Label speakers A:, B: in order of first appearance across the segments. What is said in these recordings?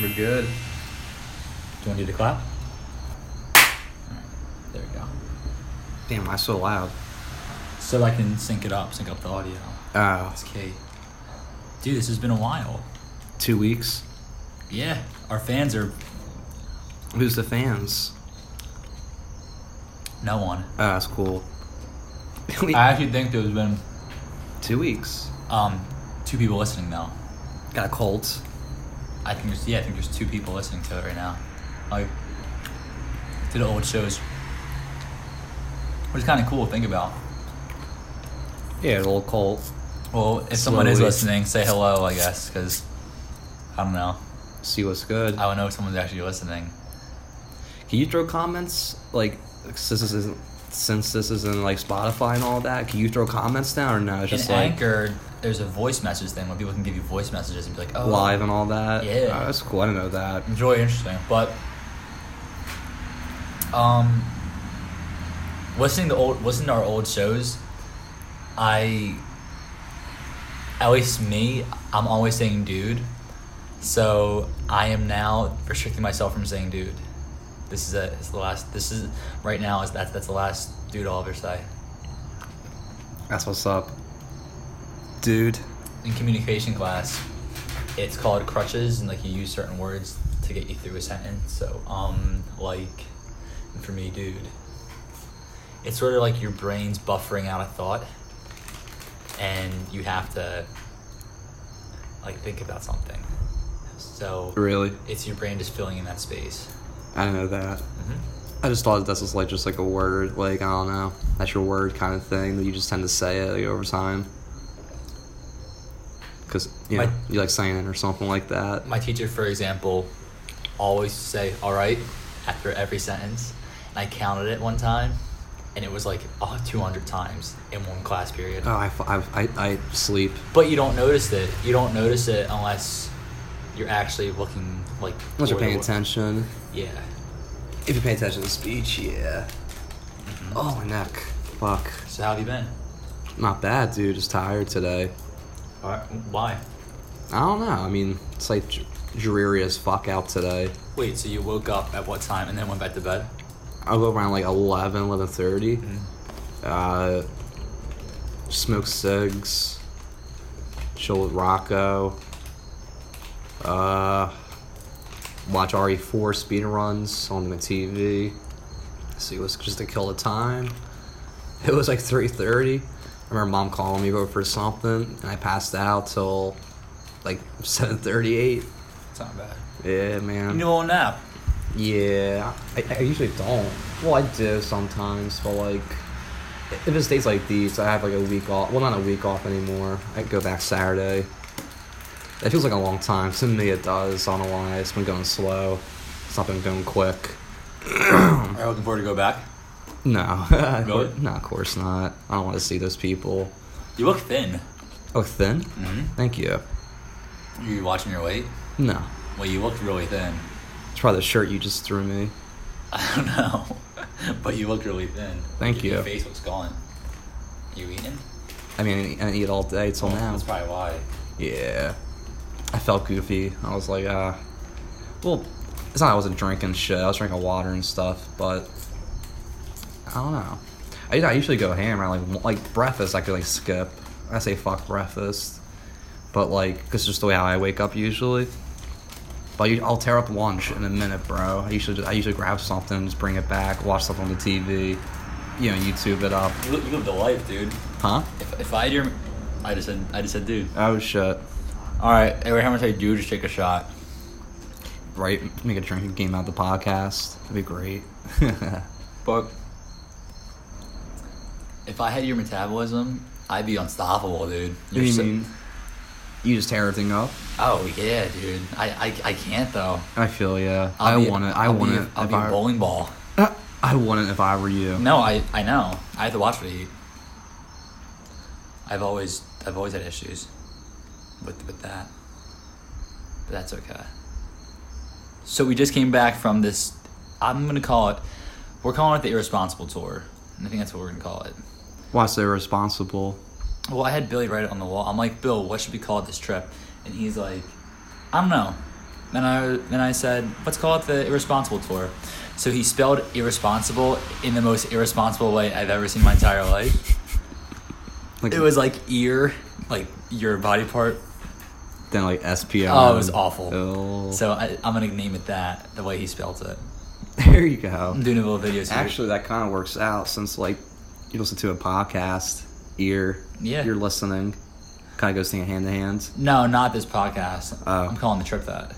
A: We're good.
B: Do you want to do the clap? Alright, There we go.
A: Damn, why so loud?
B: So I can sync it up, sync up the audio.
A: Uh,
B: That's key. Dude, this has been a while.
A: two weeks.
B: Yeah, our fans are
A: Who's the fans?
B: no one.
A: Uh, that's cool. We-
B: I actually think there's been
A: two weeks.
B: um, two people listening though.
A: Got a cold.
B: I think there's yeah, I think there's two people listening to it right now. Like to the old shows. Which is kinda cool to think about.
A: Yeah, a little cold.
B: Well, if someone is
A: Slowly.
B: listening, say hello, I guess, because I don't know.
A: See what's good.
B: I don't know if someone's actually listening.
A: Can you throw comments like since this isn't since this isn't like Spotify and all that? Can you throw comments now or no? It's just
B: In
A: like
B: Anchor, there's a voice message thing where people can give you voice messages and be like, oh,
A: live and all that.
B: Yeah.
A: Oh, that's cool. I didn't know that.
B: It's really interesting. But um, listening to old, listening to our old shows, I, at least me, I'm always saying dude. So I am now restricting myself from saying dude. This is a, it's the last. This is right now is that's that's the last dude I'll ever say.
A: That's what's up, dude.
B: in communication class, it's called crutches, and like you use certain words to get you through a sentence. So, um, like, and for me, dude, it's sort of like your brain's buffering out a thought, and you have to like think about something. So
A: Really?
B: it's your brain just filling in that space.
A: I didn't know that.
B: hmm
A: I just thought this was like just like a word, like I don't know, that's your word kind of thing that you just tend to say it like, over time. Cause you know
B: My-
A: you like saying it or something like that.
B: My teacher, for example, always say "all right" after every sentence, and I counted it one time, and it was like oh, 200 times in one class period.
A: Oh, I, f- I, I, I sleep.
B: But you don't notice it. You don't notice it unless you're actually looking like.
A: Unless you're
B: for the
A: paying
B: wo-
A: attention.
B: Yeah.
A: If you pay attention to speech, yeah.
B: Mm-hmm.
A: Oh my neck. Fuck.
B: So how have you been?
A: Not bad, dude. Just tired today.
B: All right. Why?
A: I don't know. I mean, it's like d- dreary as fuck out today.
B: Wait. So you woke up at what time and then went back to bed?
A: I go around like 11, 11.30. Uh, smoke cigs. Chill with Rocco. Uh, watch RE4 speed runs on the TV. See what's just to kill the time. It was like 3.30. I remember mom calling me over for something, and I passed out till like 7.38.
B: It's not bad.
A: Yeah, man.
B: You knew a little nap.
A: Yeah, I, I usually don't. Well, I do sometimes, but like, if it's days like these, I have like a week off. Well, not a week off anymore. I go back Saturday. It feels like a long time. To me, it does. I don't know why. It's been going slow. It's not been going quick.
B: Are you looking forward to go back?
A: No.
B: Really?
A: no, of course not. I don't want to see those people.
B: You look thin.
A: Oh, thin?
B: Mm-hmm.
A: Thank you.
B: You watching your weight?
A: No.
B: Well, you looked really thin.
A: It's probably the shirt you just threw me.
B: I don't know, but you look really thin.
A: Thank
B: Your
A: you.
B: face looks gone. You eating?
A: I mean, I eat all day till now.
B: That's probably why.
A: Yeah. I felt goofy. I was like, uh, well, it's not I wasn't drinking shit. I was drinking water and stuff, but I don't know. I, I usually go ham around like one- like breakfast. I could like skip. I say fuck breakfast, but like it's just the way how I wake up usually. But you- I'll tear up lunch in a minute, bro. I usually I usually grab something, just bring it back, watch stuff on the TV, you know, YouTube it up,
B: You, li- you live the life, dude.
A: huh?
B: If, if I had your, I just said I just said dude.
A: Oh shit!
B: All right, every time I say dude, just take a shot.
A: Right, make a drinking game out of the podcast. That'd be great.
B: But if I had your metabolism, I'd be unstoppable, dude.
A: What do you
B: so-
A: mean? You just tear everything up?
B: Oh yeah, dude. I I, I can't though.
A: I feel yeah.
B: I'll
A: I
B: be-
A: want it. I
B: I'll
A: want
B: be-
A: it.
B: I'll
A: if
B: be
A: I-
B: a bowling ball.
A: I want it if I were you.
B: No, I I know. I have to watch what I eat. I've always I've always had issues with with that. But that's okay. So we just came back from this I'm gonna call it we're calling it the irresponsible tour. And I think that's what we're gonna call it.
A: Why so irresponsible?
B: Well, I had Billy write it on the wall. I'm like, Bill, what should we call this trip? And he's like, I don't know. Then I then I said, let's call it the irresponsible tour. So he spelled irresponsible in the most irresponsible way I've ever seen in my entire life.
A: Like,
B: It was like ear, like your body part.
A: then like SPL.
B: Oh, it was awful.
A: Oh.
B: So I, I'm gonna name it that the way he spelled it.
A: there you go.
B: I'm doing a little video. so-
A: Actually, that kind of works out since like you listen to a podcast, ear,
B: Yeah.
A: you're listening, kind of goes thing hand to hand.
B: no, not this podcast.
A: Oh.
B: I'm calling the trip that.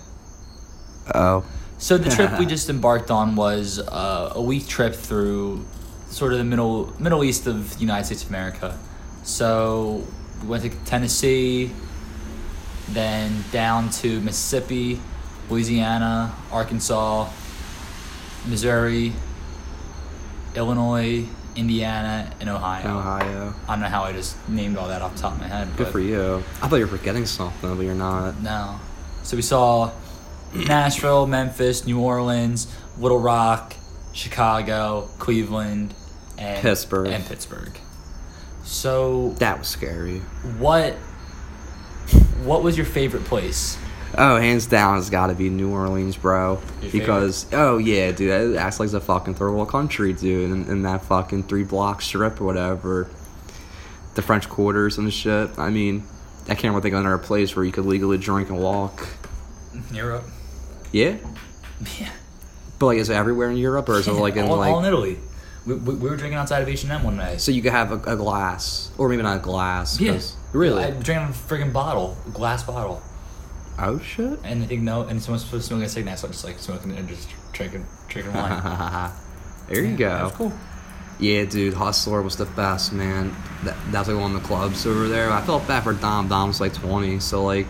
A: Oh,
B: So the trip we just embarked on was uh, a week trip through sort of the middle Middle East of the United States of America. So we went to Tennessee, then down to Mississippi, Louisiana, Arkansas, Missouri, Illinois, Indiana, and Ohio.
A: Ohio.
B: I don't know how I just named all that off the top of my head.
A: Good
B: but
A: for you. I thought you were forgetting something, but you're not.
B: No. So we saw Nashville, Memphis, New Orleans, Little Rock, Chicago, Cleveland, and
A: Pittsburgh.
B: And Pittsburgh. So
A: That was scary.
B: what what was your favorite place?
A: Oh, hands down, it's got to be New Orleans, bro.
B: Your
A: because oh yeah, dude, it acts like it's a fucking third world country, dude, and, and that fucking three block strip or whatever, the French quarters and shit. I mean, I can't really think of another place where you could legally drink and walk.
B: Europe.
A: Yeah,
B: Yeah.
A: but like, is it everywhere in Europe or is it like in
B: all,
A: like?
B: all in Italy. We, we, we were drinking outside of H and M one night.
A: so you could have a, a glass, or maybe not a glass.
B: yeah.
A: 'cause- Really?
B: I drank a freaking bottle, a glass bottle,
A: oh shit.
B: and I think no, and someone's supposed to smoke a cigarette, so I'm just like smoking and just drinking, drinking wine.
A: there you go.
B: That was cool.
A: Yeah, dude, Hustler was the best, man. That, that's like one of the clubs over there. I felt bad for Dom. Dom's like 20, so like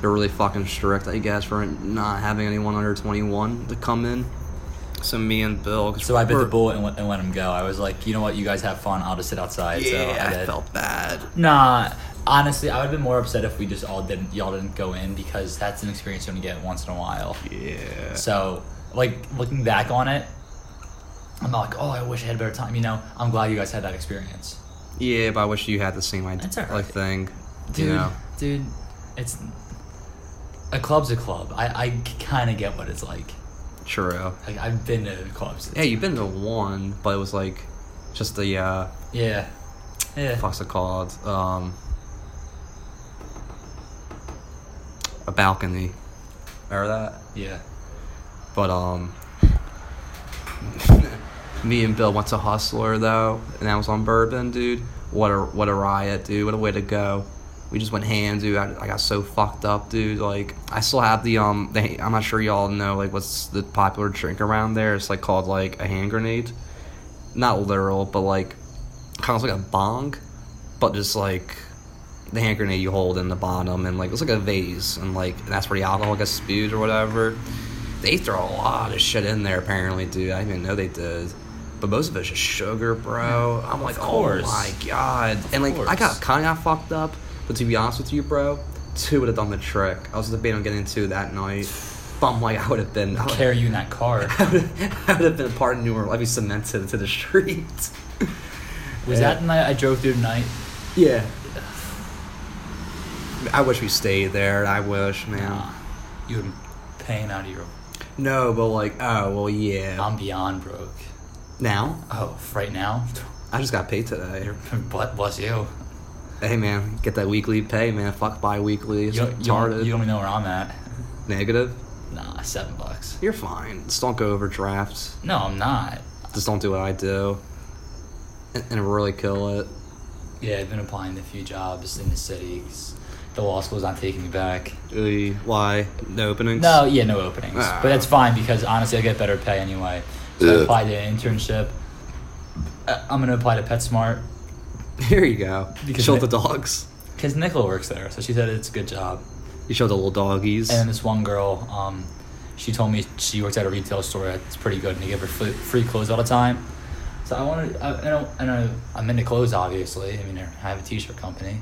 A: they're really fucking strict, I guess, for not having anyone under 21 to come in. So me and Bill. 'cause
B: So I bit the
A: we're-
B: bullet and let, and let him go. I was like, you know what, you guys have fun. I'll just sit outside. so
A: Yeah,
B: did.
A: I felt bad.
B: Nah, honestly, I would have been more upset if we just all didn't, y'all didn't go in because that's an experience you only get once in a while.
A: Yeah.
B: So, like looking back on it, I'm not like, oh, I wish I had a better time. You know, I'm glad you guys had that experience,
A: Yeah, but I wish you had the same idea,
B: That's all right.
A: like thing.
B: dude.
A: You know?
B: Dude, it's a club's a club. I I kind of get what it's like.
A: True.
B: Like I've been to clubs.
A: Yeah, you've been to one, but it was like just the uh,
B: yeah, yeah.
A: fuck's it called? Um, a balcony. Remember that?
B: yeah.
A: But um, me and Bill went to Hustler though, and that was on Bourbon, dude. What a what a riot, dude! What a way to go. We just went ham, dude. I, I got so fucked up, dude. Like I still have the um. The, I'm not sure y'all know like what's the popular drink around there. It's like called like a hand grenade, not literal, but like kind of like a bong, but just like the hand grenade you hold in the bottom, and like it's like a vase, and like that's where the alcohol gets spewed or whatever. They throw a lot of shit in there, apparently, dude. I didn't even know they did. But most of it's just sugar, bro. I'm like, oh
B: course.
A: my god. And like, I
B: course.
A: got kind of fucked up, but to be honest with you, bro, two would have done the trick. I was debating on getting two that night, but I'm like, I would have been. I would-
B: Carry you in that car.
A: I would have been a part of New Orleans. I'd be cemented to the street. Yeah.
B: Was that the night I drove through tonight?
A: Yeah. I wish we stayed there. I wish, man.
B: You were paying out of your.
A: No, but like, oh well, yeah.
B: I'm beyond broke.
A: now
B: Oh, right now?
A: I just got paid today.
B: But bless you.
A: Hey, man, get that weekly pay, man. Fuck bi-weekly. It's
B: You don't, you,
A: retarded.
B: don't, you don't even know where I'm at.
A: Negative.
B: Nah, seven bucks.
A: You're fine. Just don't go over drafts.
B: No, I'm not.
A: Just don't do what I do. And, and really kill it.
B: Yeah, I've been applying to a few jobs in the city. 'cause The law school's not taking me back.
A: Ooh, Why? No openings.
B: No, yeah, no openings.
A: Ah.
B: But that's fine because honestly, I get better pay anyway. So I applied to an internship. Uh, I'm going to apply to PetSmart
A: Here you go.
B: Because
A: show
B: they-
A: the dogs.
B: because Nicola works there. So she said it's a good job.
A: You show the little doggies.
B: And then this one girl, um, she told me she works at a retail store that's pretty good, and they give her free, free clothes all the time. So I wanted, I, I don't, I know, I'm into clothes, obviously. I mean, I have a t-shirt company,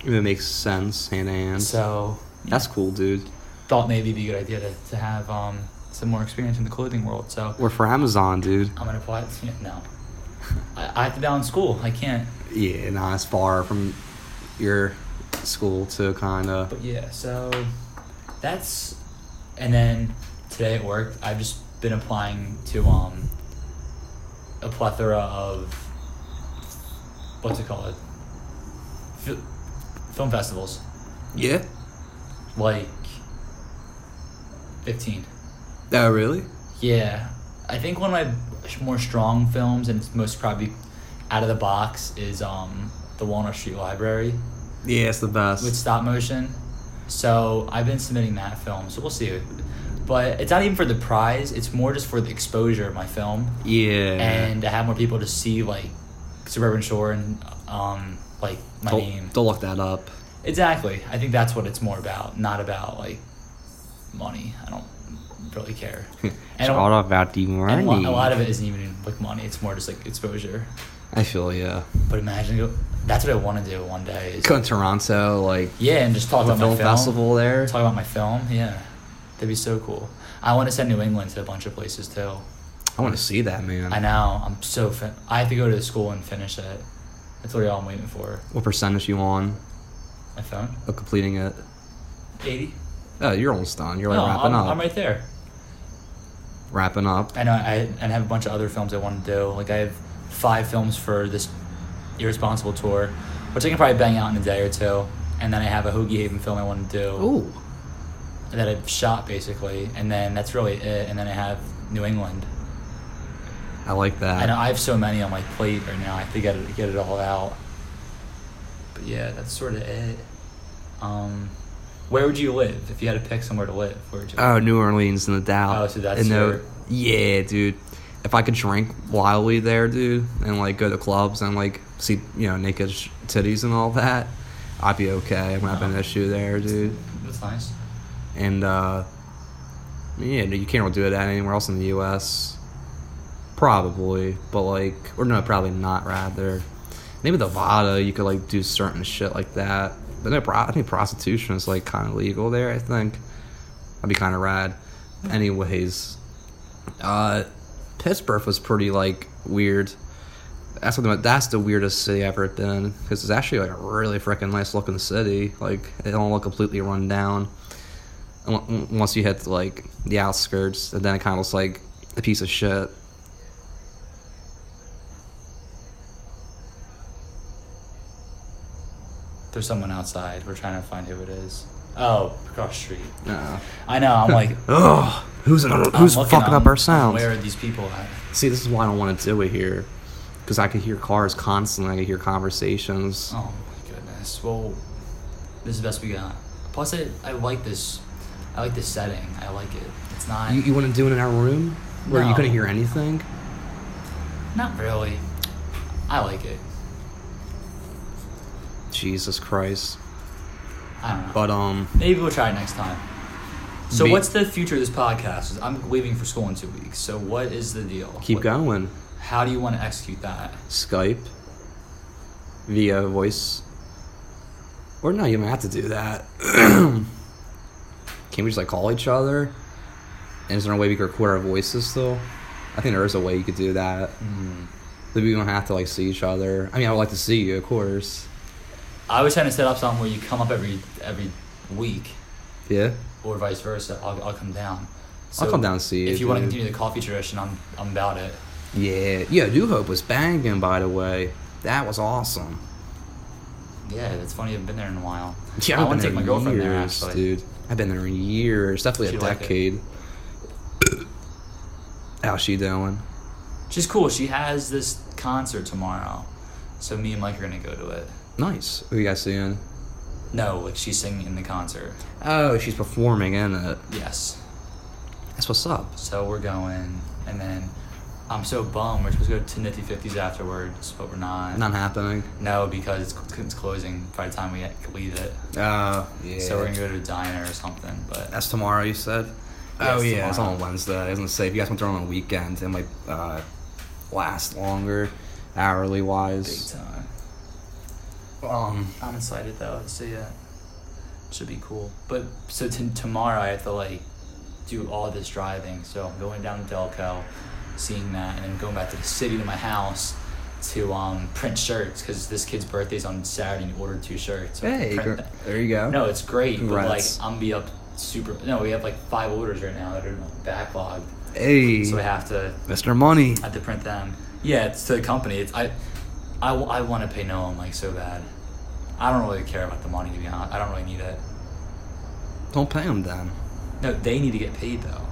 A: If it makes sense, hand in hand.
B: so
A: That's cool, dude.
B: thought maybe it'd be a good idea to, to have um, some more experience in the clothing world. So
A: We're for Amazon, dude.
B: I'm gonna apply. It. No, I, I have to balance school. I can't.
A: Yeah, not as far from your school to kind of.
B: But yeah, so that's And then today at work, I've just been applying to um, a plethora of what's it called? F- film festivals,
A: Yeah.
B: like fifteen.
A: Oh, really?
B: Yeah, I think one of my sh- more strong films, and it's most probably out of the box, is um, the Walnut Street Library
A: Yeah, it's the best.
B: with stop motion. So I've been submitting that film. So we'll see. But it's not even for the prize. It's more just for the exposure of my film
A: yeah.
B: and to have more people to see like Suburban Shore and um like my
A: don't,
B: name.
A: don't look that up.
B: Exactly. I think that's what it's more about, not about like money. I don't really care.
A: It's
B: a-
A: all about the
B: and a, lot,
A: money.
B: a lot of it isn't even like money. It's more just like exposure.
A: I feel yeah.
B: But imagine that's what I want to do one day. is-
A: Go to Toronto, like
B: yeah, and just talk
A: the
B: about
A: film
B: my film.
A: festival there.
B: Talk about my film, yeah. That'd be so cool. I want to send New England to a bunch of places too.
A: I want to see that man.
B: I know. I'm so. Fin- I have to go to school and finish it. That's what all I'm waiting for.
A: What percentage you on
B: My phone.
A: of completing it?
B: Eighty.
A: Oh, you're almost done. You're like
B: no,
A: wrapping
B: I'm,
A: up.
B: I'm right there.
A: Wrapping up.
B: I know. I and I have a bunch of other films I want to do. Like I have five films for this irresponsible tour, which I can probably bang out in a day or two. And then I have a Hoagie Haven film I want to do
A: Ooh.
B: that I've shot basically. And then that's really it. And then I have New England.
A: I like
B: I know
A: that.
B: I have so many on my plate right now. I have to get it get it all out. But yeah, that's sort of it. Um, where would you live if you had to pick somewhere to live? Where would you?
A: Oh, New Orleans and the doubt.
B: Oh, so that's
A: and
B: your-
A: Yeah, dude. If I could drink wildly there, dude, and like go to clubs and like see you know naked sh- titties and all that, I'd be okay. I'm not have an
B: Oh.
A: issue there, dude.
B: that's nice.
A: and uh, yeah, you can't really do that anywhere else in the U.S. Probably, but like, or no, probably not. Rather, maybe Nevada, you could like do certain shit like that. But no, pro- I think prostitution is like kind of legal there. I think that'd be kind of rad. Anyways, uh, Pittsburgh was pretty like weird. That's something. That's the weirdest city I've ever been because it's actually like a really freaking nice looking city. Like it don't look completely run down. And on- Once you hit like the outskirts, and then it kind of looks like a piece of shit.
B: There's someone outside. We're trying to find who it is. Oh, across the street.
A: Uh,
B: I know. I'm like,
A: oh, who's another,
B: I'm
A: who's
B: looking,
A: fucking up
B: I'm-
A: our sound?
B: Where are these people at?
A: See, this is why I don't want to do it here, because I could hear cars constantly. I could hear conversations.
B: Oh my goodness. Well, this is the best we got. Plus, I, I like this. I like this setting. I like it. It's not
A: You, you want to do it in our room where you
B: No.
A: couldn't hear anything?
B: not really. I like it.
A: Jesus Christ!
B: I don't know.
A: But um,
B: Maybe we'll try it next time. So,
A: Be-
B: what's the future of this podcast? I'm leaving for school in two weeks. So, what is the deal?
A: keep
B: What-
A: going.
B: How do you want to execute that?
A: Skype via voice. Or no, you don't have to do that. Can we just like call each other? And is there a way we could record our voices still? I think there is a way you could do that. Maybe we don't have to like see each other. I mean, I would like to see you, of course.
B: I was trying to set up something where you come up every every week,
A: Yeah,
B: or vice versa. I'll, I'll come down.
A: I'll come down and see you.
B: If you want to
A: dude.
B: continue the coffee tradition, I'm I'm about it.
A: Yeah, yeah. New Hope was banging, by the way. That was awesome.
B: Yeah, it's funny. I haven't been there in a while.
A: Yeah,
B: I
A: I've been there
B: want to take my
A: in
B: girlfriend there
A: years,
B: actually.
A: dude. I've been there in years, definitely
B: She
A: a
B: liked it.
A: decade. How's she doing?
B: She's cool. She has this concert tomorrow, so me and Mike are gonna go to it.
A: Nice. Who you guys seeing?
B: No, like she's singing in the concert.
A: Oh, she's performing in it.
B: Yes.
A: That's what's up.
B: So we're going, and then I'm so bummed. We're supposed to go to Nifty Fifties afterwards, but we're not.
A: Not happening.
B: No, because it's, it's closing by the time we leave it.
A: Oh, yeah.
B: So we're gonna go to a diner or something. But
A: That's tomorrow, you said?
B: Yes,
A: oh, yeah, it's
B: tomorrow.
A: on Wednesday. I was going to say, if you guys want to throw on a weekend, it might uh, last longer, hourly
B: big
A: wise.
B: time.
A: Um,
B: I'm excited though to see it. Should be cool. But so t- tomorrow I have to like do all this driving. So I'm going down to Delco, seeing that, and then going back to the city to my house to um, print shirts because this kid's birthday's on Saturday and he ordered two shirts. So I have to
A: hey,
B: print
A: gr-
B: that.
A: there you go.
B: No, it's great,
A: Congrats.
B: but like I'm be up super. No, we have like five orders right now that are backlogged,
A: Mm-hmm. Hey,
B: so I have to
A: Mr. Money.
B: I have to print them. Yeah, it's to the company. It's I, I, want to pay Noam like so bad. I don't really care about the money to be honest. I don't really need it.
A: Don't pay him then.
B: No, they need to get paid though.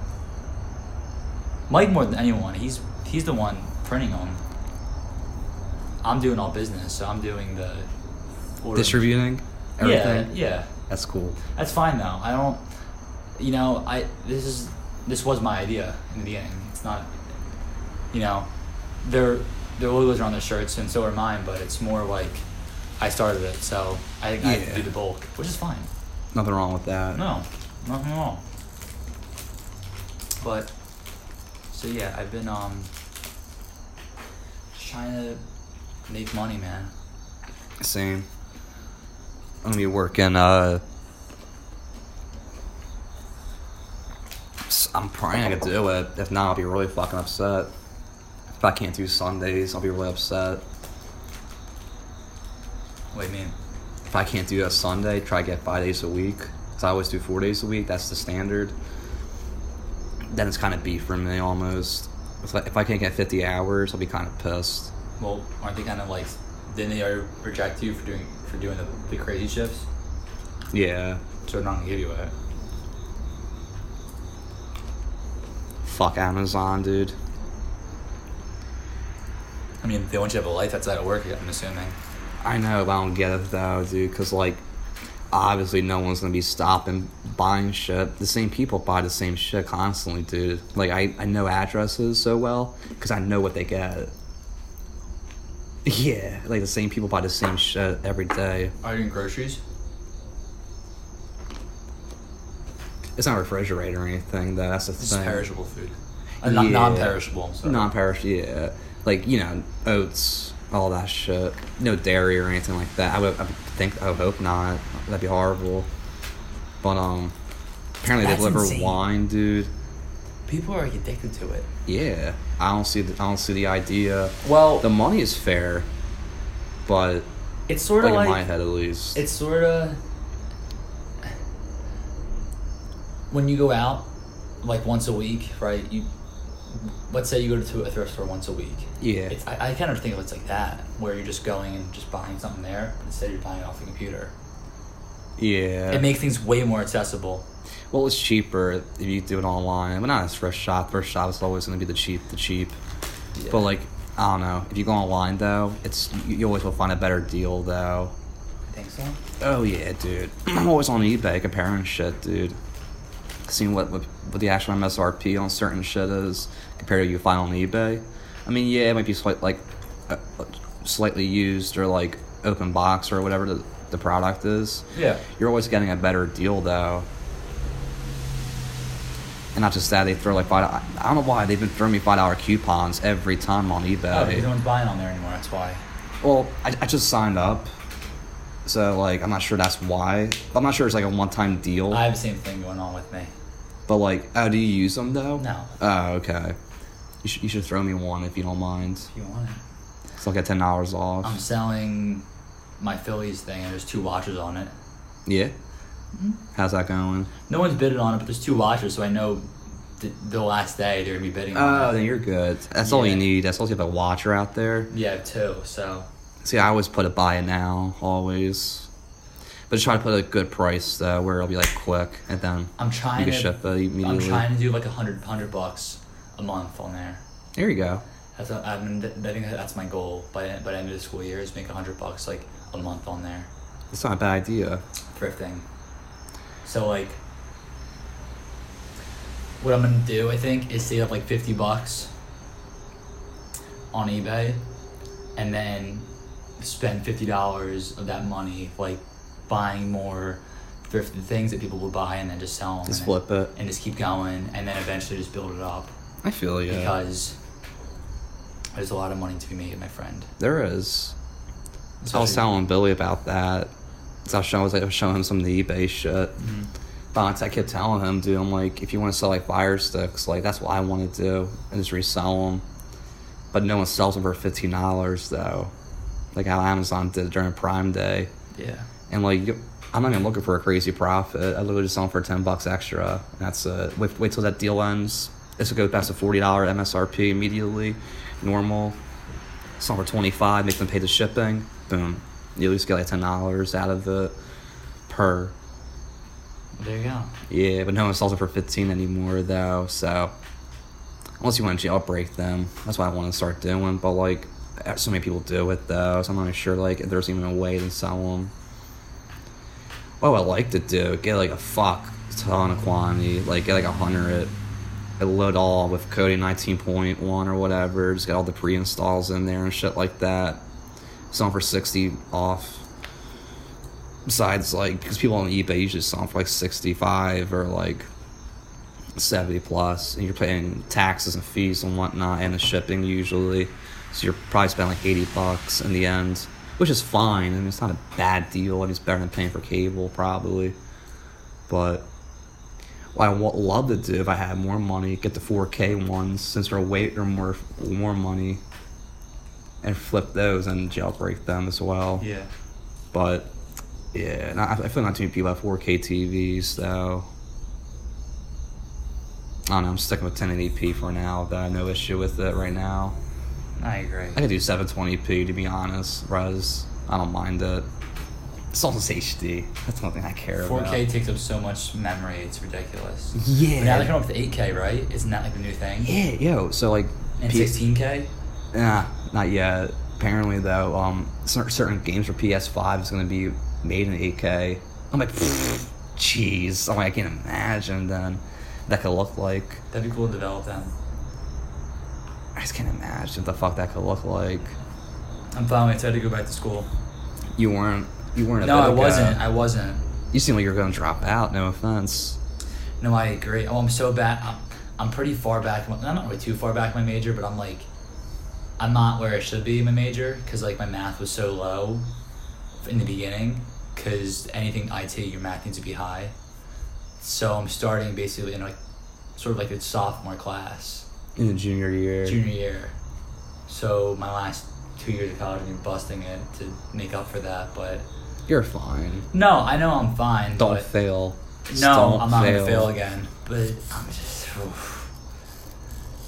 B: Mike more than anyone. He's he's the one printing them. I'm doing all business, so I'm doing the order.
A: Distributing
B: Yeah,
A: everything.
B: yeah.
A: That's cool.
B: That's fine though. I don't. You know, I this is this was my idea in the beginning. It's not. You know, their their logos are on their shirts and so are mine, but it's more like I started it, so I think I have
A: Yeah.
B: to do the bulk, which is fine.
A: Nothing wrong with that.
B: No, nothing at all. But so yeah, I've been um just trying to make money, man.
A: Same. I'm gonna be working. Uh, s- I'm probably not gonna do it. If not, I'll be really fucking upset. If I can't do Sundays, I'll be really upset.
B: What do you mean?
A: If I can't do a Sunday, try to get five days a week. Cause I always do four days a week. That's the standard. Then it's kind of beef for me almost. It's like if I can't get 50 hours, I'll be kind of pissed.
B: Well, aren't they kind of like? Didn't they already reject you for doing for doing the, the crazy shifts?
A: Yeah.
B: So they're not gonna give you it.
A: Fuck Amazon, dude.
B: I mean, they want you to have a life outside of work. I'm assuming.
A: I know, but I don't get it though, dude. Because like, obviously, no one's gonna be stopping buying shit. The same people buy the same shit constantly, dude. Like, I I know addresses so well because I know what they get. Yeah, like the same people buy the same shit every day.
B: Are you doing groceries?
A: It's not a refrigerator or anything though. That's the
B: This
A: thing.
B: is perishable food. Uh, non-
A: Yeah.
B: Non-perishable. Sorry.
A: Non-perish, yeah. Like you know, oats, all that shit. No dairy or anything like that. I would, I would think, I would hope not. That'd be horrible. But um, apparently
B: That's
A: they deliver
B: insane.
A: wine, dude.
B: People are addicted to it.
A: Yeah, I don't see the, I don't see the idea.
B: Well,
A: The money is fair, but
B: it's sort
A: like,
B: of
A: in
B: like,
A: my head at least,
B: it's sort of when you go out like once a week, right? You let's say you go to a thrift store once a week.
A: yeah,
B: It's, I, I kind of think of it like that, where you're just going and just buying something there but instead you're buying it off the computer.
A: yeah.
B: It makes things way more accessible.
A: well, it's cheaper if you do it online. But not as thrift shop. Thrift shop is always going to be the cheap, the cheap. But like, I don't know. If you go online though, it's you, you always will find a better deal though.
B: I think so.
A: Oh yeah, dude. I'm always on eBay comparing shit, dude. Seeing what, what what the actual MSRP on certain shit is compared to what you find on eBay. I mean, yeah, it might be slight like uh, uh, slightly used or like open box or whatever the, the product is.
B: Yeah.
A: You're always getting a better deal though. And not just that, they throw like five. I I don't know why they've been throwing me five dollar coupons every time on
B: Oh,
A: eBay.
B: because no one's buying on there anymore. That's why.
A: Well, I, I just signed up, so like I'm not sure that's why. I'm not sure it's like a one time deal,
B: I have the same thing going on with me.
A: but like, oh, do you use them though?
B: No.
A: Oh, okay. You should you should throw me one if you don't mind.
B: If you want it.
A: So I'll get ten dollars off.
B: I'm selling my Phillies thing, and there's two watches on it.
A: yeah.
B: Mm-hmm.
A: How's that going?
B: No one's bidded on it, but there's two watches, so I know th- the last day they're gonna be bidding.
A: Oh,
B: on it.
A: then you're good. That's all you
B: Yeah.
A: need. That's all you have a watcher out there.
B: yeah, two. So
A: See, I always put a buy it now, always. But just try to put a good price though, where it'll be like quick, and then
B: I'm
A: you
B: trying
A: can
B: to.
A: ship it immediately.
B: I'm trying to do like a hundred hundred bucks a month on there.
A: There you go.
B: That's what, I, mean, th- I think that's my goal by the- by the end of the school year is make a hundred bucks like a month on there
A: It's not a bad idea.
B: thrifting. So like, what I'm gonna do I think is save up like fifty bucks on eBay, and then spend fifty dollars of that money like buying more thrifted things that people would buy, and then just sell them.
A: Just
B: and,
A: flip it.
B: and just keep going, and then eventually just build it up
A: I feel you.
B: because there's a lot of money to be made, my friend.
A: There is. I was
B: Especially-
A: telling Billy about that. So I was showing, I was, like, I was showing him some of the eBay shit.
B: Mm-hmm.
A: But I kept telling him, dude, I'm like, if you want to sell like fire sticks, like that's what I want to do, and just resell them. But no one sells them for fifteen dollars though, like how Amazon did during Prime Day.
B: Yeah.
A: And like, you- I'm not even looking for a crazy profit. I literally just sell them for ten bucks extra. And that's it. Wait, wait till that deal ends. This will go past a forty dollar MSRP immediately. Normal. Sell them for twenty five. Make them pay the shipping. Boom. You at least get like ten dollars out of it per.
B: There you go.
A: Yeah, but no one sells them for fifteen anymore though. So unless you want to jail break them, that's what I want to start doing. But like, so many people do it though. So I'm not sure like if there's even a way to sell them. What would I like to do? Get like a fuck ton of quantity, like get like a hundred. I load all with Cody nineteen point one or whatever. Just get all the pre installs in there and shit like that. Sell 'em for sixty off. Besides, like, because people on eBay usually sell 'em for like sixty five or like 70 plus and you're paying taxes and fees and whatnot and the shipping usually so you're probably spending like 80 bucks in the end which is fine I mean it's not a bad deal I mean it's better than paying for cable probably but what I would love to do if I had more money get the 4k ones since they're way or more more money and flip those and jailbreak them as well
B: Yeah.
A: but yeah, and I, I feel not too many people have 4K TVs, so I don't know. I'm sticking with 1080p for now. Though I have no issue with it right now.
B: I agree.
A: I could do 720p to be honest. Res, I don't mind it. As long as it's HD, that's nothing I care
B: Four
A: about.
B: K takes up so much memory, it's ridiculous. But now
A: Yeah.
B: they're coming up with eight K, right? Isn't that like the new thing?
A: yeah, yo. So like,
B: And
A: P-
B: sixteen K?
A: Nah, not yet. Apparently, though, um, cer- certain games for PS5 is going to be made in 8K. I'm like, pfft, jeez. I'm like, I can't imagine then that could look like.
B: That'd be cool to develop then.
A: I just can't imagine the fuck that could look like.
B: I'm finally excited to go back to school.
A: You weren't. You weren't. A
B: No,
A: bit
B: I
A: of a-
B: wasn't. I wasn't.
A: you seem like you're going to drop out. No offense.
B: No, I agree. Oh, I'm so bad. I'm, I'm pretty far back. I'm not really too far back in my major, but I'm like, I'm not where I should be in my major because like my math was so low in the beginning. Because anything IT, your math needs to be high. So I'm starting basically in like sort of like a sophomore class,
A: In the junior year.
B: junior year. So my last two years of college, I've been busting it to make up for that. But
A: You're fine.
B: no, I know I'm fine.
A: Don't
B: but-
A: fail. Just
B: no,
A: don't
B: I'm not gonna fail again. But I'm just. oof.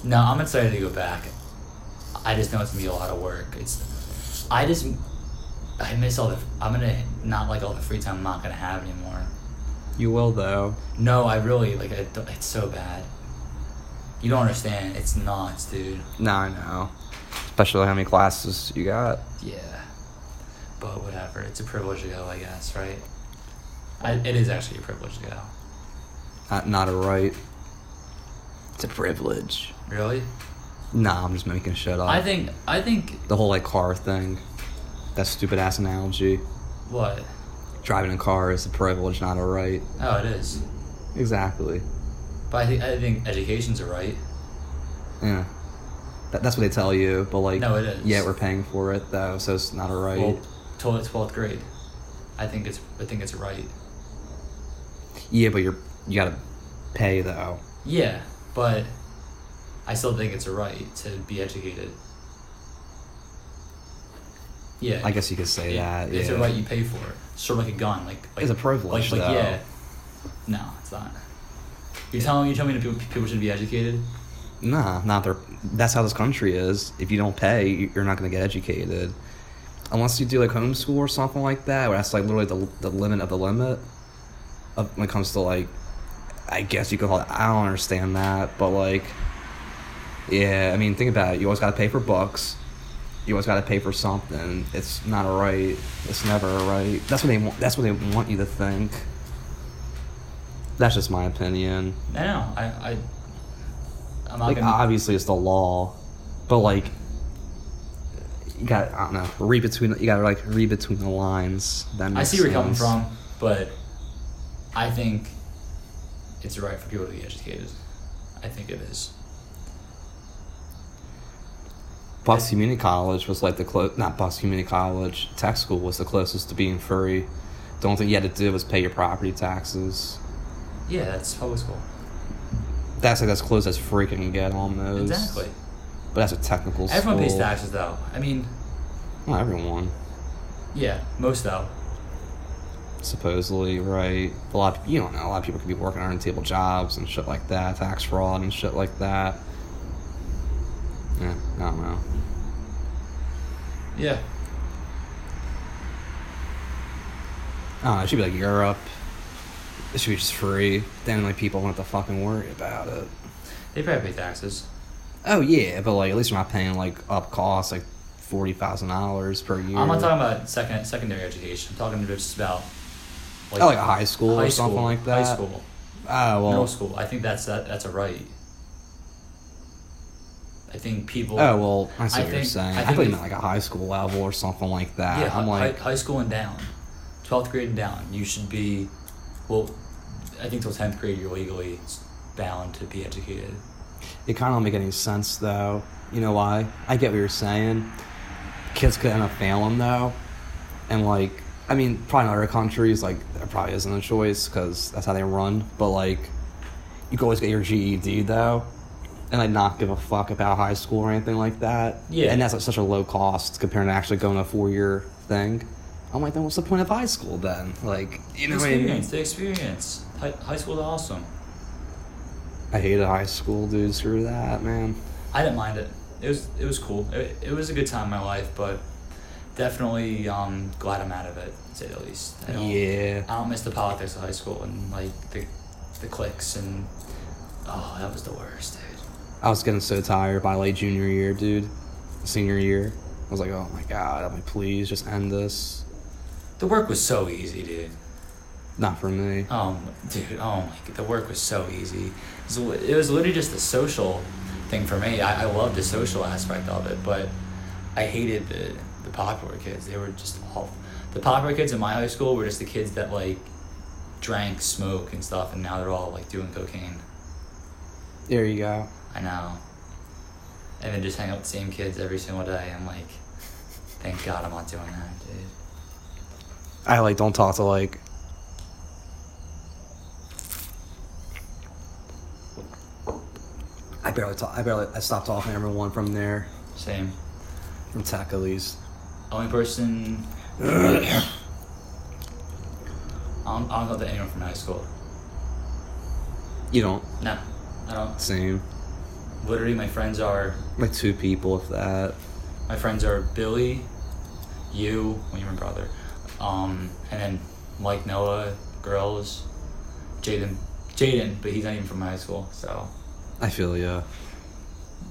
B: No, I'm excited to go back. I just know it's gonna be a lot of work. It's, I just, I miss all the. I'm gonna not like all the free time I'm not gonna have anymore.
A: You will though.
B: No, I really like. I, don't- it's so bad. You don't understand. It's nuts, dude.
A: No, I know. Especially how many classes you got.
B: Yeah. But whatever. It's a privilege to go. I guess, right? I, it is actually a privilege to go.
A: Not, not a right. It's a privilege.
B: Really?
A: Nah, I'm just making shit up.
B: I think. I think.
A: the whole like car thing, that stupid ass analogy.
B: What?
A: Driving a car is a privilege, not a right.
B: Oh, it is.
A: Exactly.
B: But I think I think education's a right.
A: Yeah. That, that's what they tell you, but like,
B: No, it is.
A: yeah, we're paying for it though, so it's not a right.
B: Well, till twelfth grade, I think it's I think it's a right.
A: yeah, but you're you gotta pay though.
B: Yeah, but I still think it's a right to be educated. Yeah,
A: I guess you could say that.
B: it's
A: yeah.
B: a right you pay for. Sort of like a gun, like, like
A: It's a privilege,
B: Like, like
A: though.
B: yeah, no, it's not. You're telling you telling me that people, people should be educated?
A: Nah, not their. That's how this country is. If you don't pay, you- you're not going to get educated, unless you do like homeschool or something like that. Where that's like literally the the limit of the limit, of when it comes to like, I guess you could call it. I don't understand that, but like, yeah. I mean, think about it. You always got to pay for books. You always got to pay for something. It's not a right. It's never a right. That's what they want. That's what they want you to think. That's just my opinion
B: I know. I I I'm not
A: like
B: gonna.
A: obviously it's the law, but like you got I don't know read between you got to like read between the lines. That
B: I
A: makes
B: see where you're coming
A: sense.
B: from, but I think it's right for people to be educated. I think it is.
A: Bucks Community College was like the clo- not Bucks Community College tech school was the closest to being free. The only thing you had to do was pay your property taxes.
B: Yeah, that's public school.
A: That's like as close as free can get almost.
B: Exactly.
A: But that's a technical
B: Everyone
A: school.
B: pays taxes, though. I mean,
A: Not everyone.
B: yeah, most though.
A: supposedly, right? A lot, of, you don't know. A lot of people could be working on table jobs and shit like that, tax fraud and shit like that. Yeah, I don't know.
B: Yeah.
A: I don't know. It should be like Europe. It should be just free. Then like people won't have to fucking worry about it.
B: They probably pay taxes.
A: Oh yeah, but like at least you're not paying like up costs like forty thousand dollars per year.
B: I'm not talking about second secondary education. I'm talking just about
A: like, oh, like a high school or something like that.
B: High school,
A: Oh well.
B: middle school. I think that's that, that's a right. I think people.
A: Oh well, I see
B: I
A: what you're
B: think-
A: saying.
B: I
A: I,
B: think
A: thought you
B: if-
A: meant like a high school level or something like that.
B: Yeah,
A: I'm
B: Uh, hi-
A: like,
B: high, high school and down, twelfth grade and down. You should be, well, I think till tenth grade you're legally bound to be educated.
A: it kind of don't make any sense though. You know why? I get what you're saying. Kids could end up failing though, and like, I mean, probably in other countries like there probably isn't a choice because that's how they run. But like, you could always get your GED though, and like not give a fuck about high school or anything like that.
B: Yeah.
A: and that's at such a low cost compared to actually going to a four year thing. I'm like, then what's the point of high school then? Like, you know what I mean?
B: experience, the experience. High, high school's awesome.
A: I hated high school, dude. Screw that, man.
B: I didn't mind it. It was it was cool. It, it was a good time in my life, but definitely um, glad I'm out of it, to say the least. I don't,
A: Yeah.
B: I don't miss the politics of high school and like the the cliques and oh that was the worst, dude.
A: I was getting so tired by late junior year, dude. Senior year. I was like, oh my god, I'm like, please just end this.
B: The work was so easy, dude.
A: Not for me.
B: Um, dude, oh my, g- the work was so easy. So it was literally just the social thing for me. I, I loved the social aspect of it, but I hated the, the popular kids. They were just awful. The popular kids in my high school were just the kids that like drank, smoke, and stuff, and now they're all like doing cocaine.
A: There you go.
B: I know. And then just hang out with the same kids every single day. I'm like, thank God I'm not doing that, dude.
A: I like don't talk to like. I barely talk. I barely. I stopped talking to everyone from there,
B: Same.
A: from tech at least.
B: Only person. I don't, I don't know that anyone from high school.
A: You don't.
B: No, I don't.
A: Same.
B: Literally, my friends are
A: Like two people, if that.
B: my friends are Billy, you, well, you're my brother, um, and then Mike Noah, girls, Jaden, Jaden, but he's not even from my high school, so
A: I feel ya.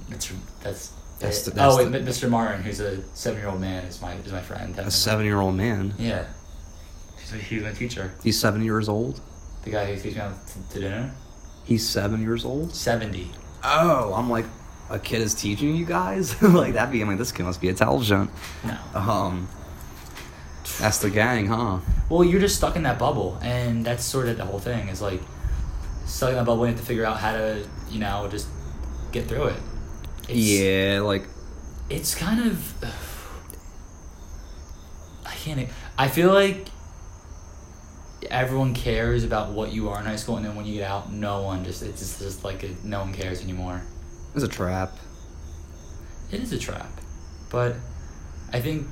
B: that's that's.
A: That's the-
B: it.
A: that's
B: oh wait,
A: the-
B: Mi- Mr. Martin, who's a seven-year-old man, is my is my friend.
A: A seven-year-old man.
B: Yeah, he's, my- he's my teacher.
A: He's seven years old.
B: The guy who teaches me how to, to dinner.
A: He's seven years old.
B: Seventy.
A: Oh, I'm like, a kid is teaching you guys. like that'd be. I'm like, this kid must be intelligent.
B: No.
A: Um, that's the gang, huh?
B: Well, you're just stuck in that bubble, and that's sort of the whole thing. Is like stuck in that bubble, and you have to figure out how to, you know, just get through it. It's,
A: Yeah, like
B: It's kind of. I can't. e- I feel like everyone cares about what you are in high school, and then when you get out, no one just. It's just, just like a, no one cares anymore.
A: it's a trap.
B: It is a trap, but I think.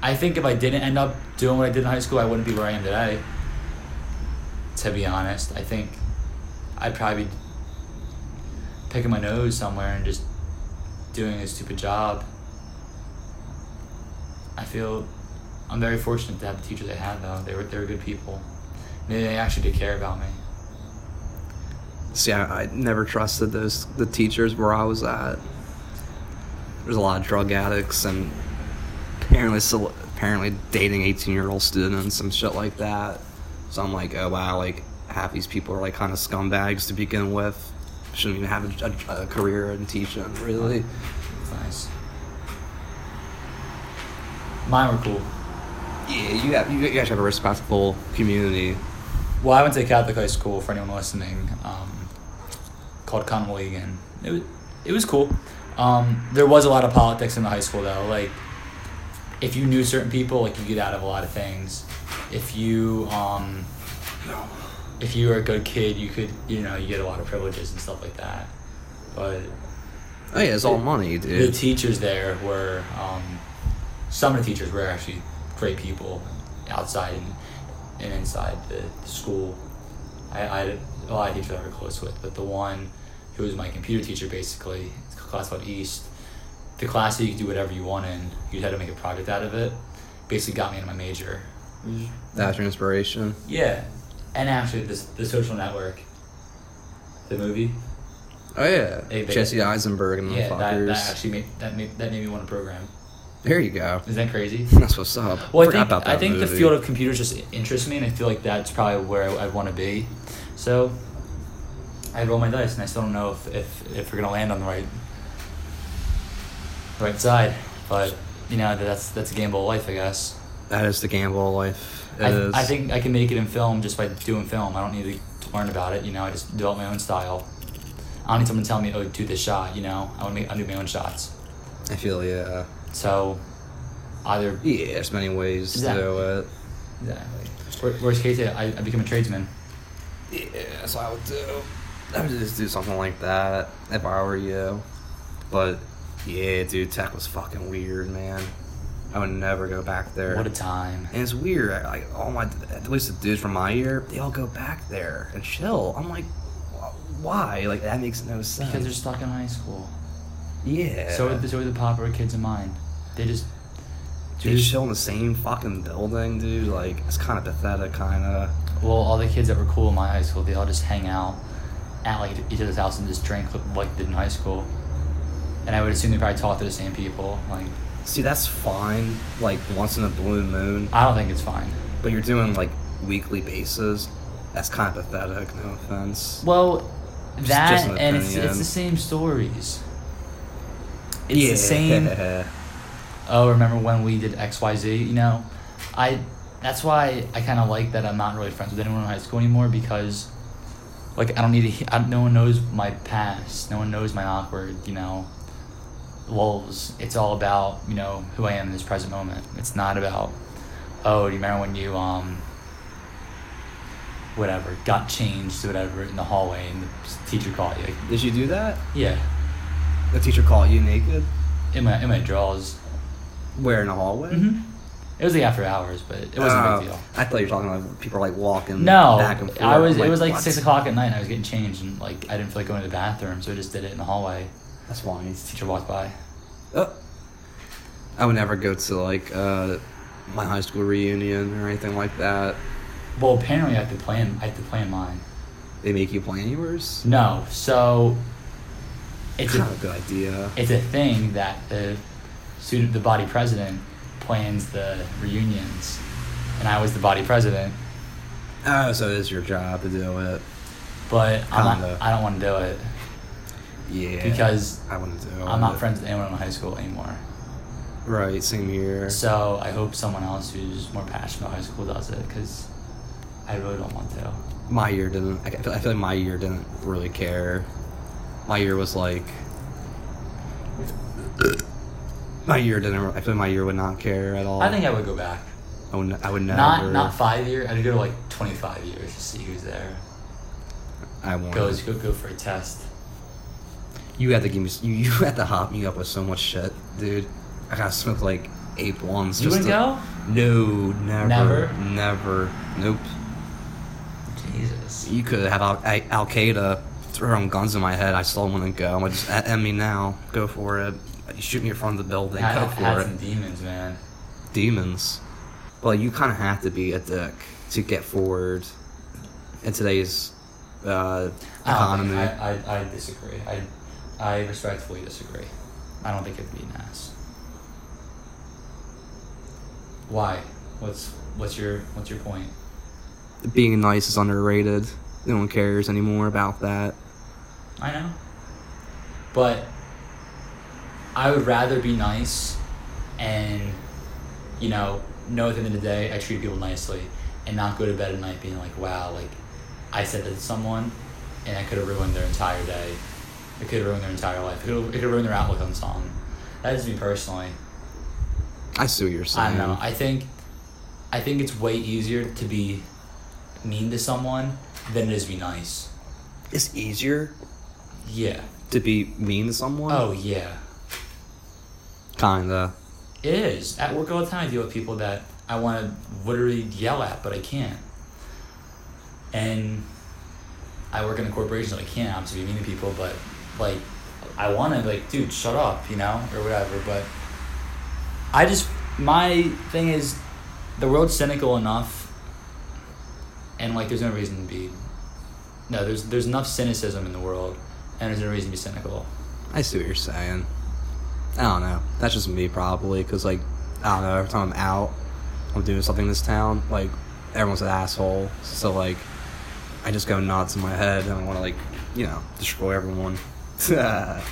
B: I think if I didn't end up doing what I did in high school, I wouldn't be where I am today. To be honest, I think I'd probably be picking my nose somewhere and just doing a stupid job. I feel I'm very fortunate to have the teachers I had though. They were they were good people. They, they actually did care about me.
A: See, I, I never trusted those the teachers where I was at. There's a lot of drug addicts and apparently sol- apparently dating 18 year old students and shit like that. So I'm like, oh wow, like half these people are like kind of scumbags to begin with. Shouldn't even have a, a, a career in teaching, really.
B: It's nice. Mine were cool.
A: Yeah, you have you guys have a respectable community.
B: Well, I went to a Catholic high school for anyone listening, um, called Conwilligan. It was, it was cool. Um, there was a lot of politics in the high school though. Like, if you knew certain people, like you get out of a lot of things. If you, um, if you were a good kid, you could, you know, you get a lot of privileges and stuff like that. But
A: Oh yeah, it's all money,
B: the
A: dude.
B: teachers there were um, some of the teachers were actually great people outside and and inside the, the school. I, I had a lot of teachers I was close with, but the one who was my computer teacher basically, it's classified East, the class that you could do whatever you want in, you had to make a project out of it, basically got me into my major. It was-
A: That's your inspiration.
B: Yeah. And actually, this the social network, the movie.
A: Oh yeah,
B: Hey, they-
A: Jesse Eisenberg and the
B: Yeah, that,
A: fuckers.
B: that actually made that made that made me want to program.
A: there you go.
B: Is that crazy?
A: That's what's up.
B: Well, I
A: Forgot
B: think
A: about
B: I
A: that
B: think the
A: movie.
B: field of computers just interests me, and I feel like that's probably where I want to be. So I roll my dice, and I still don't know if if, if we're gonna land on the right right side. But you know, that's that's a gamble of life, I guess.
A: that is the gamble of life. It
B: I,
A: is.
B: I think I can make it in film just by doing film. I don't need to learn about it. You know, I just develop my own style. I don't need someone telling me, "Oh, do this shot." You know, I want to make I do my own shots.
A: I feel yeah.
B: So, either
A: Yeah, there's many ways
B: Exactly.
A: to do it.
B: exactly. Wor- Worst case, I, I become a tradesman.
A: Yeah, that's what I would do. I would just do something like that if I were you. But yeah, dude, tech was fucking weird, man. I would never go back there.
B: What a time!
A: and it's weird. I- Like all my, at least the dudes from my year, they all go back there and chill. I'm like, wh- why? Like that makes no sense.
B: Because they're stuck in high school.
A: yeah.
B: So, are the, so are the popular kids in mine. They just,
A: Dude,
B: dude.
A: chill in the same fucking building, dude. Like, it's kind of pathetic, kind of.
B: Well, all the kids that were cool in my high school, they all just hang out at like each other's house and just drink like they did in high school. And I would assume they probably talk to the same people. Like,
A: See, that's fine, like, once in a blue moon,
B: I don't think it's fine.
A: but you're doing, like, weekly bases. That's kind of pathetic, no offense.
B: Well,
A: Just-
B: that
A: just an
B: and it's, it's
A: opinion.
B: the same stories. It's
A: Yeah.
B: the same. Oh, remember when we did X Y Z? You know, I. That's why I kind of like that I'm not really friends with anyone in high school anymore because, like, I don't need to. he- I, no one knows my past. No one knows my awkward. You know, lulls. It's all about you know who I am in this present moment. It's not about. Oh, do you remember when you um. Whatever got changed, whatever in the hallway, and the teacher caught you.
A: Did you do that?
B: Yeah,
A: The teacher called you naked?
B: in my in my drawers.
A: Where, in the hallway?
B: hmm It was like after hours, but it wasn't a
A: Oh,
B: big deal.
A: I thought you were talking about people, like, walking
B: No,
A: back and forth.
B: I was. It was like
A: what?
B: six o'clock at night, and I was getting changed, and like I didn't feel like going to the bathroom, so I just did it in the hallway.
A: That's why.
B: Teacher walked by.
A: Oh. I would never go to, like, uh, my high school reunion or anything like that.
B: Well, apparently I have to plan. I have to plan mine.
A: They make you plan yours?
B: No, so it's
A: It's
B: a
A: not a good idea.
B: it's a thing that the student, the body president, plans the reunions, and I was the body president,
A: Oh, so it is your job to do it.
B: but I'm
A: Kinda.
B: not, I don't want to do it
A: Yeah.
B: because
A: I wouldn't do it.
B: I'm not friends with anyone in high school anymore.
A: Right, same here.
B: So I hope someone else who's more passionate about high school does it because I really don't want to.
A: My year didn't. I feel, I feel like my year didn't really care. My year was like. My year didn't. I feel like my year would not care at all.
B: I think I would go back.
A: I would, n- I would never.
B: Not not five year. I'd go to like twenty five years to see who's there.
A: I won't.
B: Go go go for a test.
A: You had to give me. You, you had to hop me up with so much shit, dude. I got smoked like eight ones.
B: You
A: just
B: wouldn't
A: to-
B: go?
A: No, never,
B: Never?
A: never, nope.
B: Jesus.
A: You could have Al, Al Qaeda throwing guns in my head. I still wouldn't go. I'm like, just at me now. Go for it. You shoot me in front of the building.
B: had,
A: Go
B: had
A: for
B: some
A: it.
B: demons, man.
A: Demons. Well, you kind of have to be a dick to get forward in today's uh,
B: I, don't
A: economy.
B: think, Oh, I, I I disagree. I I respectfully disagree. I don't think it'd be nice. Why? What's what's your what's your point?
A: Being nice is underrated. No one cares anymore about that.
B: I know. But I would rather be nice and, you know, know at the end of the day I treat people nicely and not go to bed at night being like, wow, like I said that to someone and I could have ruined their entire day. It could have ruined their entire life. It could have ruined their outlook on something. That is me personally.
A: I see what you're
B: I
A: saying.
B: don't know. I think, I think it's way easier to be mean to someone than it is to be nice.
A: It's easier
B: Yeah.
A: to be mean to someone.
B: Oh yeah.
A: Kinda.
B: It is. At work all the time, I deal with people that I want to literally yell at, but I can't. and I work in a corporation, so I can't obviously be mean to people, but like I want to like, dude, shut up, you know, or whatever. But I just my thing is the world's cynical enough, and like there's no reason to be. No, there's there's enough cynicism in the world, and there's no reason to be cynical.
A: I see what you're saying. I don't know. That's just me, probably, because, like, I don't know. Every time I'm out, I'm doing something in this town, like, everyone's an asshole. So, like, I just go nuts in my head and I want to, like, you know, destroy everyone. well,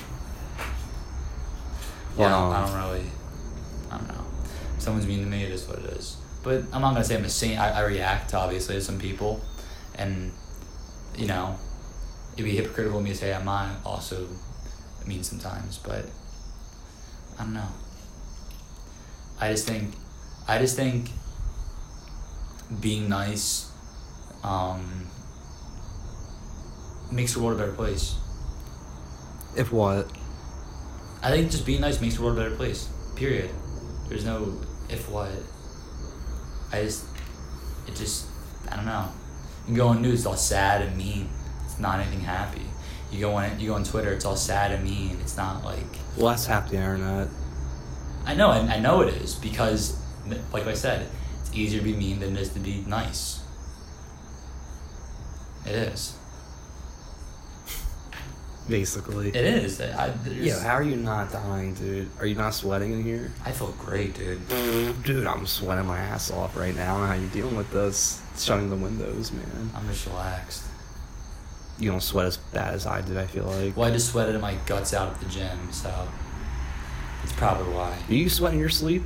B: Yeah,
A: um,
B: I, don't, I don't really. I don't know. If someone's mean to me, it is what it is. But I'm not gonna say I'm a saint. I, I react obviously to some people, and you know, it'd be hypocritical of me to say I'm not also mean sometimes. But I don't know. I just think, I just think being nice um, makes the world a better place.
A: if what?
B: I think just being nice makes the world a better place. Period. There's no if what. I just, it just, I don't know. You go on news, it's all sad and mean. It's not anything happy. You go on, you go on Twitter, it's all sad and mean. It's not like
A: Well, that's half the internet.
B: I know, I, I know it is because, like I said, it's easier to be mean than it is to be nice. It is.
A: Basically.
B: It is. I, there's-
A: Yo, how are you not dying, dude? Are you not sweating in here?
B: I feel great, dude. Mm-hmm.
A: Dude, I'm sweating my ass off right now. I don't know how you're dealing with this. Shutting the windows, man.
B: I'm just relaxed.
A: You don't sweat as bad as I did, I feel like.
B: Well, I just sweated my guts out at the gym, so that's probably why.
A: Do you sweat in your sleep?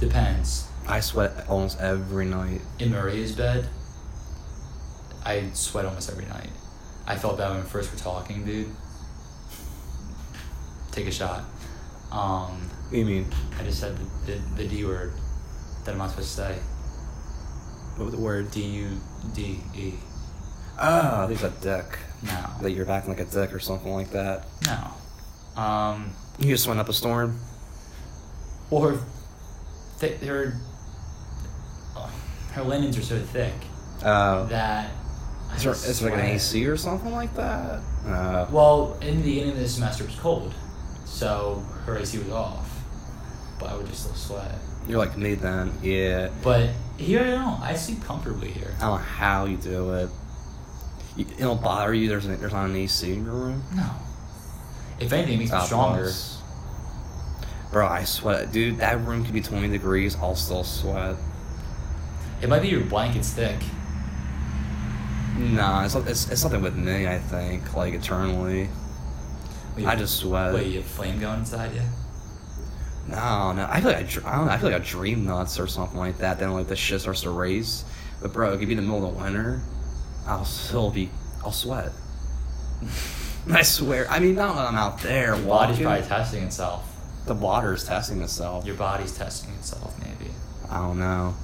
B: Depends.
A: I sweat almost every night.
B: In Maria's bed, I sweat almost every night. I felt bad when we first were talking, dude. Take a shot. Um,
A: What do you mean?
B: I just said the, the, the D word that I'm not supposed to say.
A: What was the word?
B: D U D E.
A: Ah, there's a dick.
B: No.
A: That you're acting like a dick or something like that.
B: No. Um,
A: You just went up a storm.
B: Well, her, th- her, oh, her linens are so thick
A: Oh.
B: that. I
A: Is there, is there like an
B: sweat.
A: AC or something like that? Uh,
B: Well, in the beginning of the semester, it was cold, so her AC was off, but I would just still sweat.
A: you're like me then. Yeah.
B: But here I don't. I sleep comfortably here.
A: I don't know how you do it. You, it don't bother you. There's an, there's not an AC in your room.
B: No. If anything, it makes me
A: Ah,
B: stronger.
A: plus. Bro, I sweat, dude. That room could be 20 degrees. I'll still sweat.
B: It might be your blanket's thick.
A: Nah, it's, it's, it's something with me. I think like eternally.
B: Wait,
A: I just sweat.
B: Wait, you have flame going inside you?
A: No, no. I feel like I, dr- I don't know. I feel like I dream nuts or something like that. Then like the shit starts to raise. But bro, it could be in the middle of the winter. I'll still be. I'll sweat. I swear. I mean, not when I'm out there
B: Your body's
A: walking.
B: probably testing itself.
A: the water's testing itself.
B: Your body's testing itself, maybe.
A: I don't know.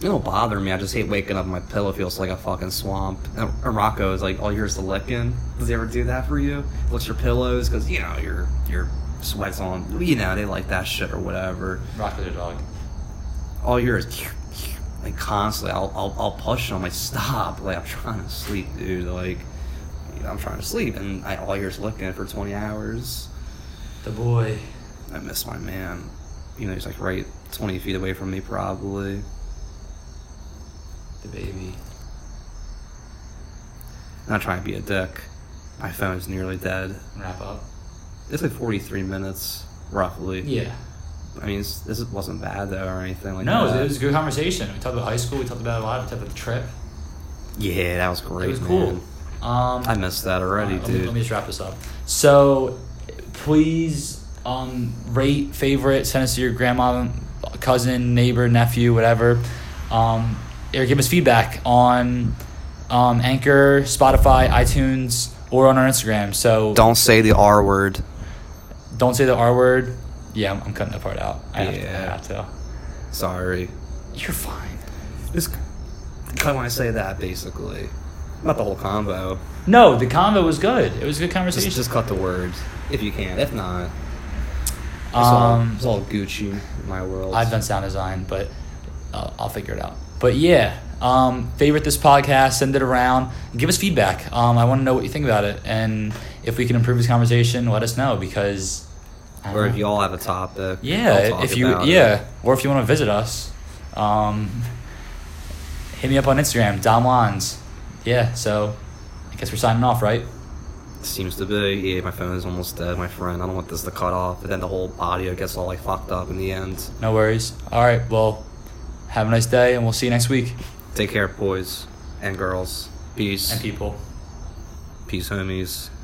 A: It don't bother me. I just hate waking up. My pillow feels like a fucking swamp. And and Rocco is like, all yours the licking. Does he ever do that for you? Licks your pillows because you know your your sweats on. You know they like that shit or whatever.
B: Rock with your dog.
A: all yours. Like constantly, I'll, I'll I'll push him. Like stop. Like I'm trying to sleep, dude. Like I'm trying to sleep, and I all yours looking for 20 hours.
B: The boy.
A: I miss my man. You know he's like right 20 feet away from me, probably.
B: The baby.
A: Not trying to be a dick. My phone's nearly dead.
B: Wrap up.
A: It's like 43 minutes, roughly.
B: Yeah.
A: I mean, it's, this wasn't bad though, or anything like
B: no, it was,
A: that.
B: it was a good conversation. We talked about high school. We talked about a lot. We talked about the trip.
A: Yeah, that was great.
B: it was
A: man.
B: cool. Um,
A: I missed that already,
B: uh, let me-
A: dude.
B: let me just wrap this up. So, please um, rate, favorite, send us to your grandma, cousin, neighbor, nephew, whatever. Um, or give us feedback on um, Anchor, Spotify, iTunes, or on our Instagram. So
A: Don't say the R word.
B: don't say the R word. Yeah, I'm, I'm cutting that part out. I have to-
A: Yeah.
B: I have to.
A: Sorry.
B: You're fine.
A: Just kind of want to say that basically. Not the whole combo.
B: No, the convo was good. It was a good conversation.
A: Just, just cut the words if you can. If not, it's, all,
B: um,
A: it's all Gucci in my world.
B: I've done sound design, but uh, I'll figure it out. But yeah, Um, favorite this podcast, send it around, and give us feedback. Um, I want to know what you think about it, and if we can improve this conversation, let us know because. I don't
A: Or if
B: know.
A: y'all have a topic. we'll
B: Yeah,
A: talk
B: if you
A: about it.
B: yeah, or if you want to visit us, um, hit me up on Instagram, Dom Lons. Yeah, so I guess we're signing off, right?
A: Seems to be. Yeah, my phone is almost dead, my friend. I don't want this to cut off, but then the whole audio gets all like fucked up in the end.
B: No worries. All right, well, have a nice day, and we'll see you next week.
A: Take care, boys and girls. Peace.
B: And people.
A: Peace, homies.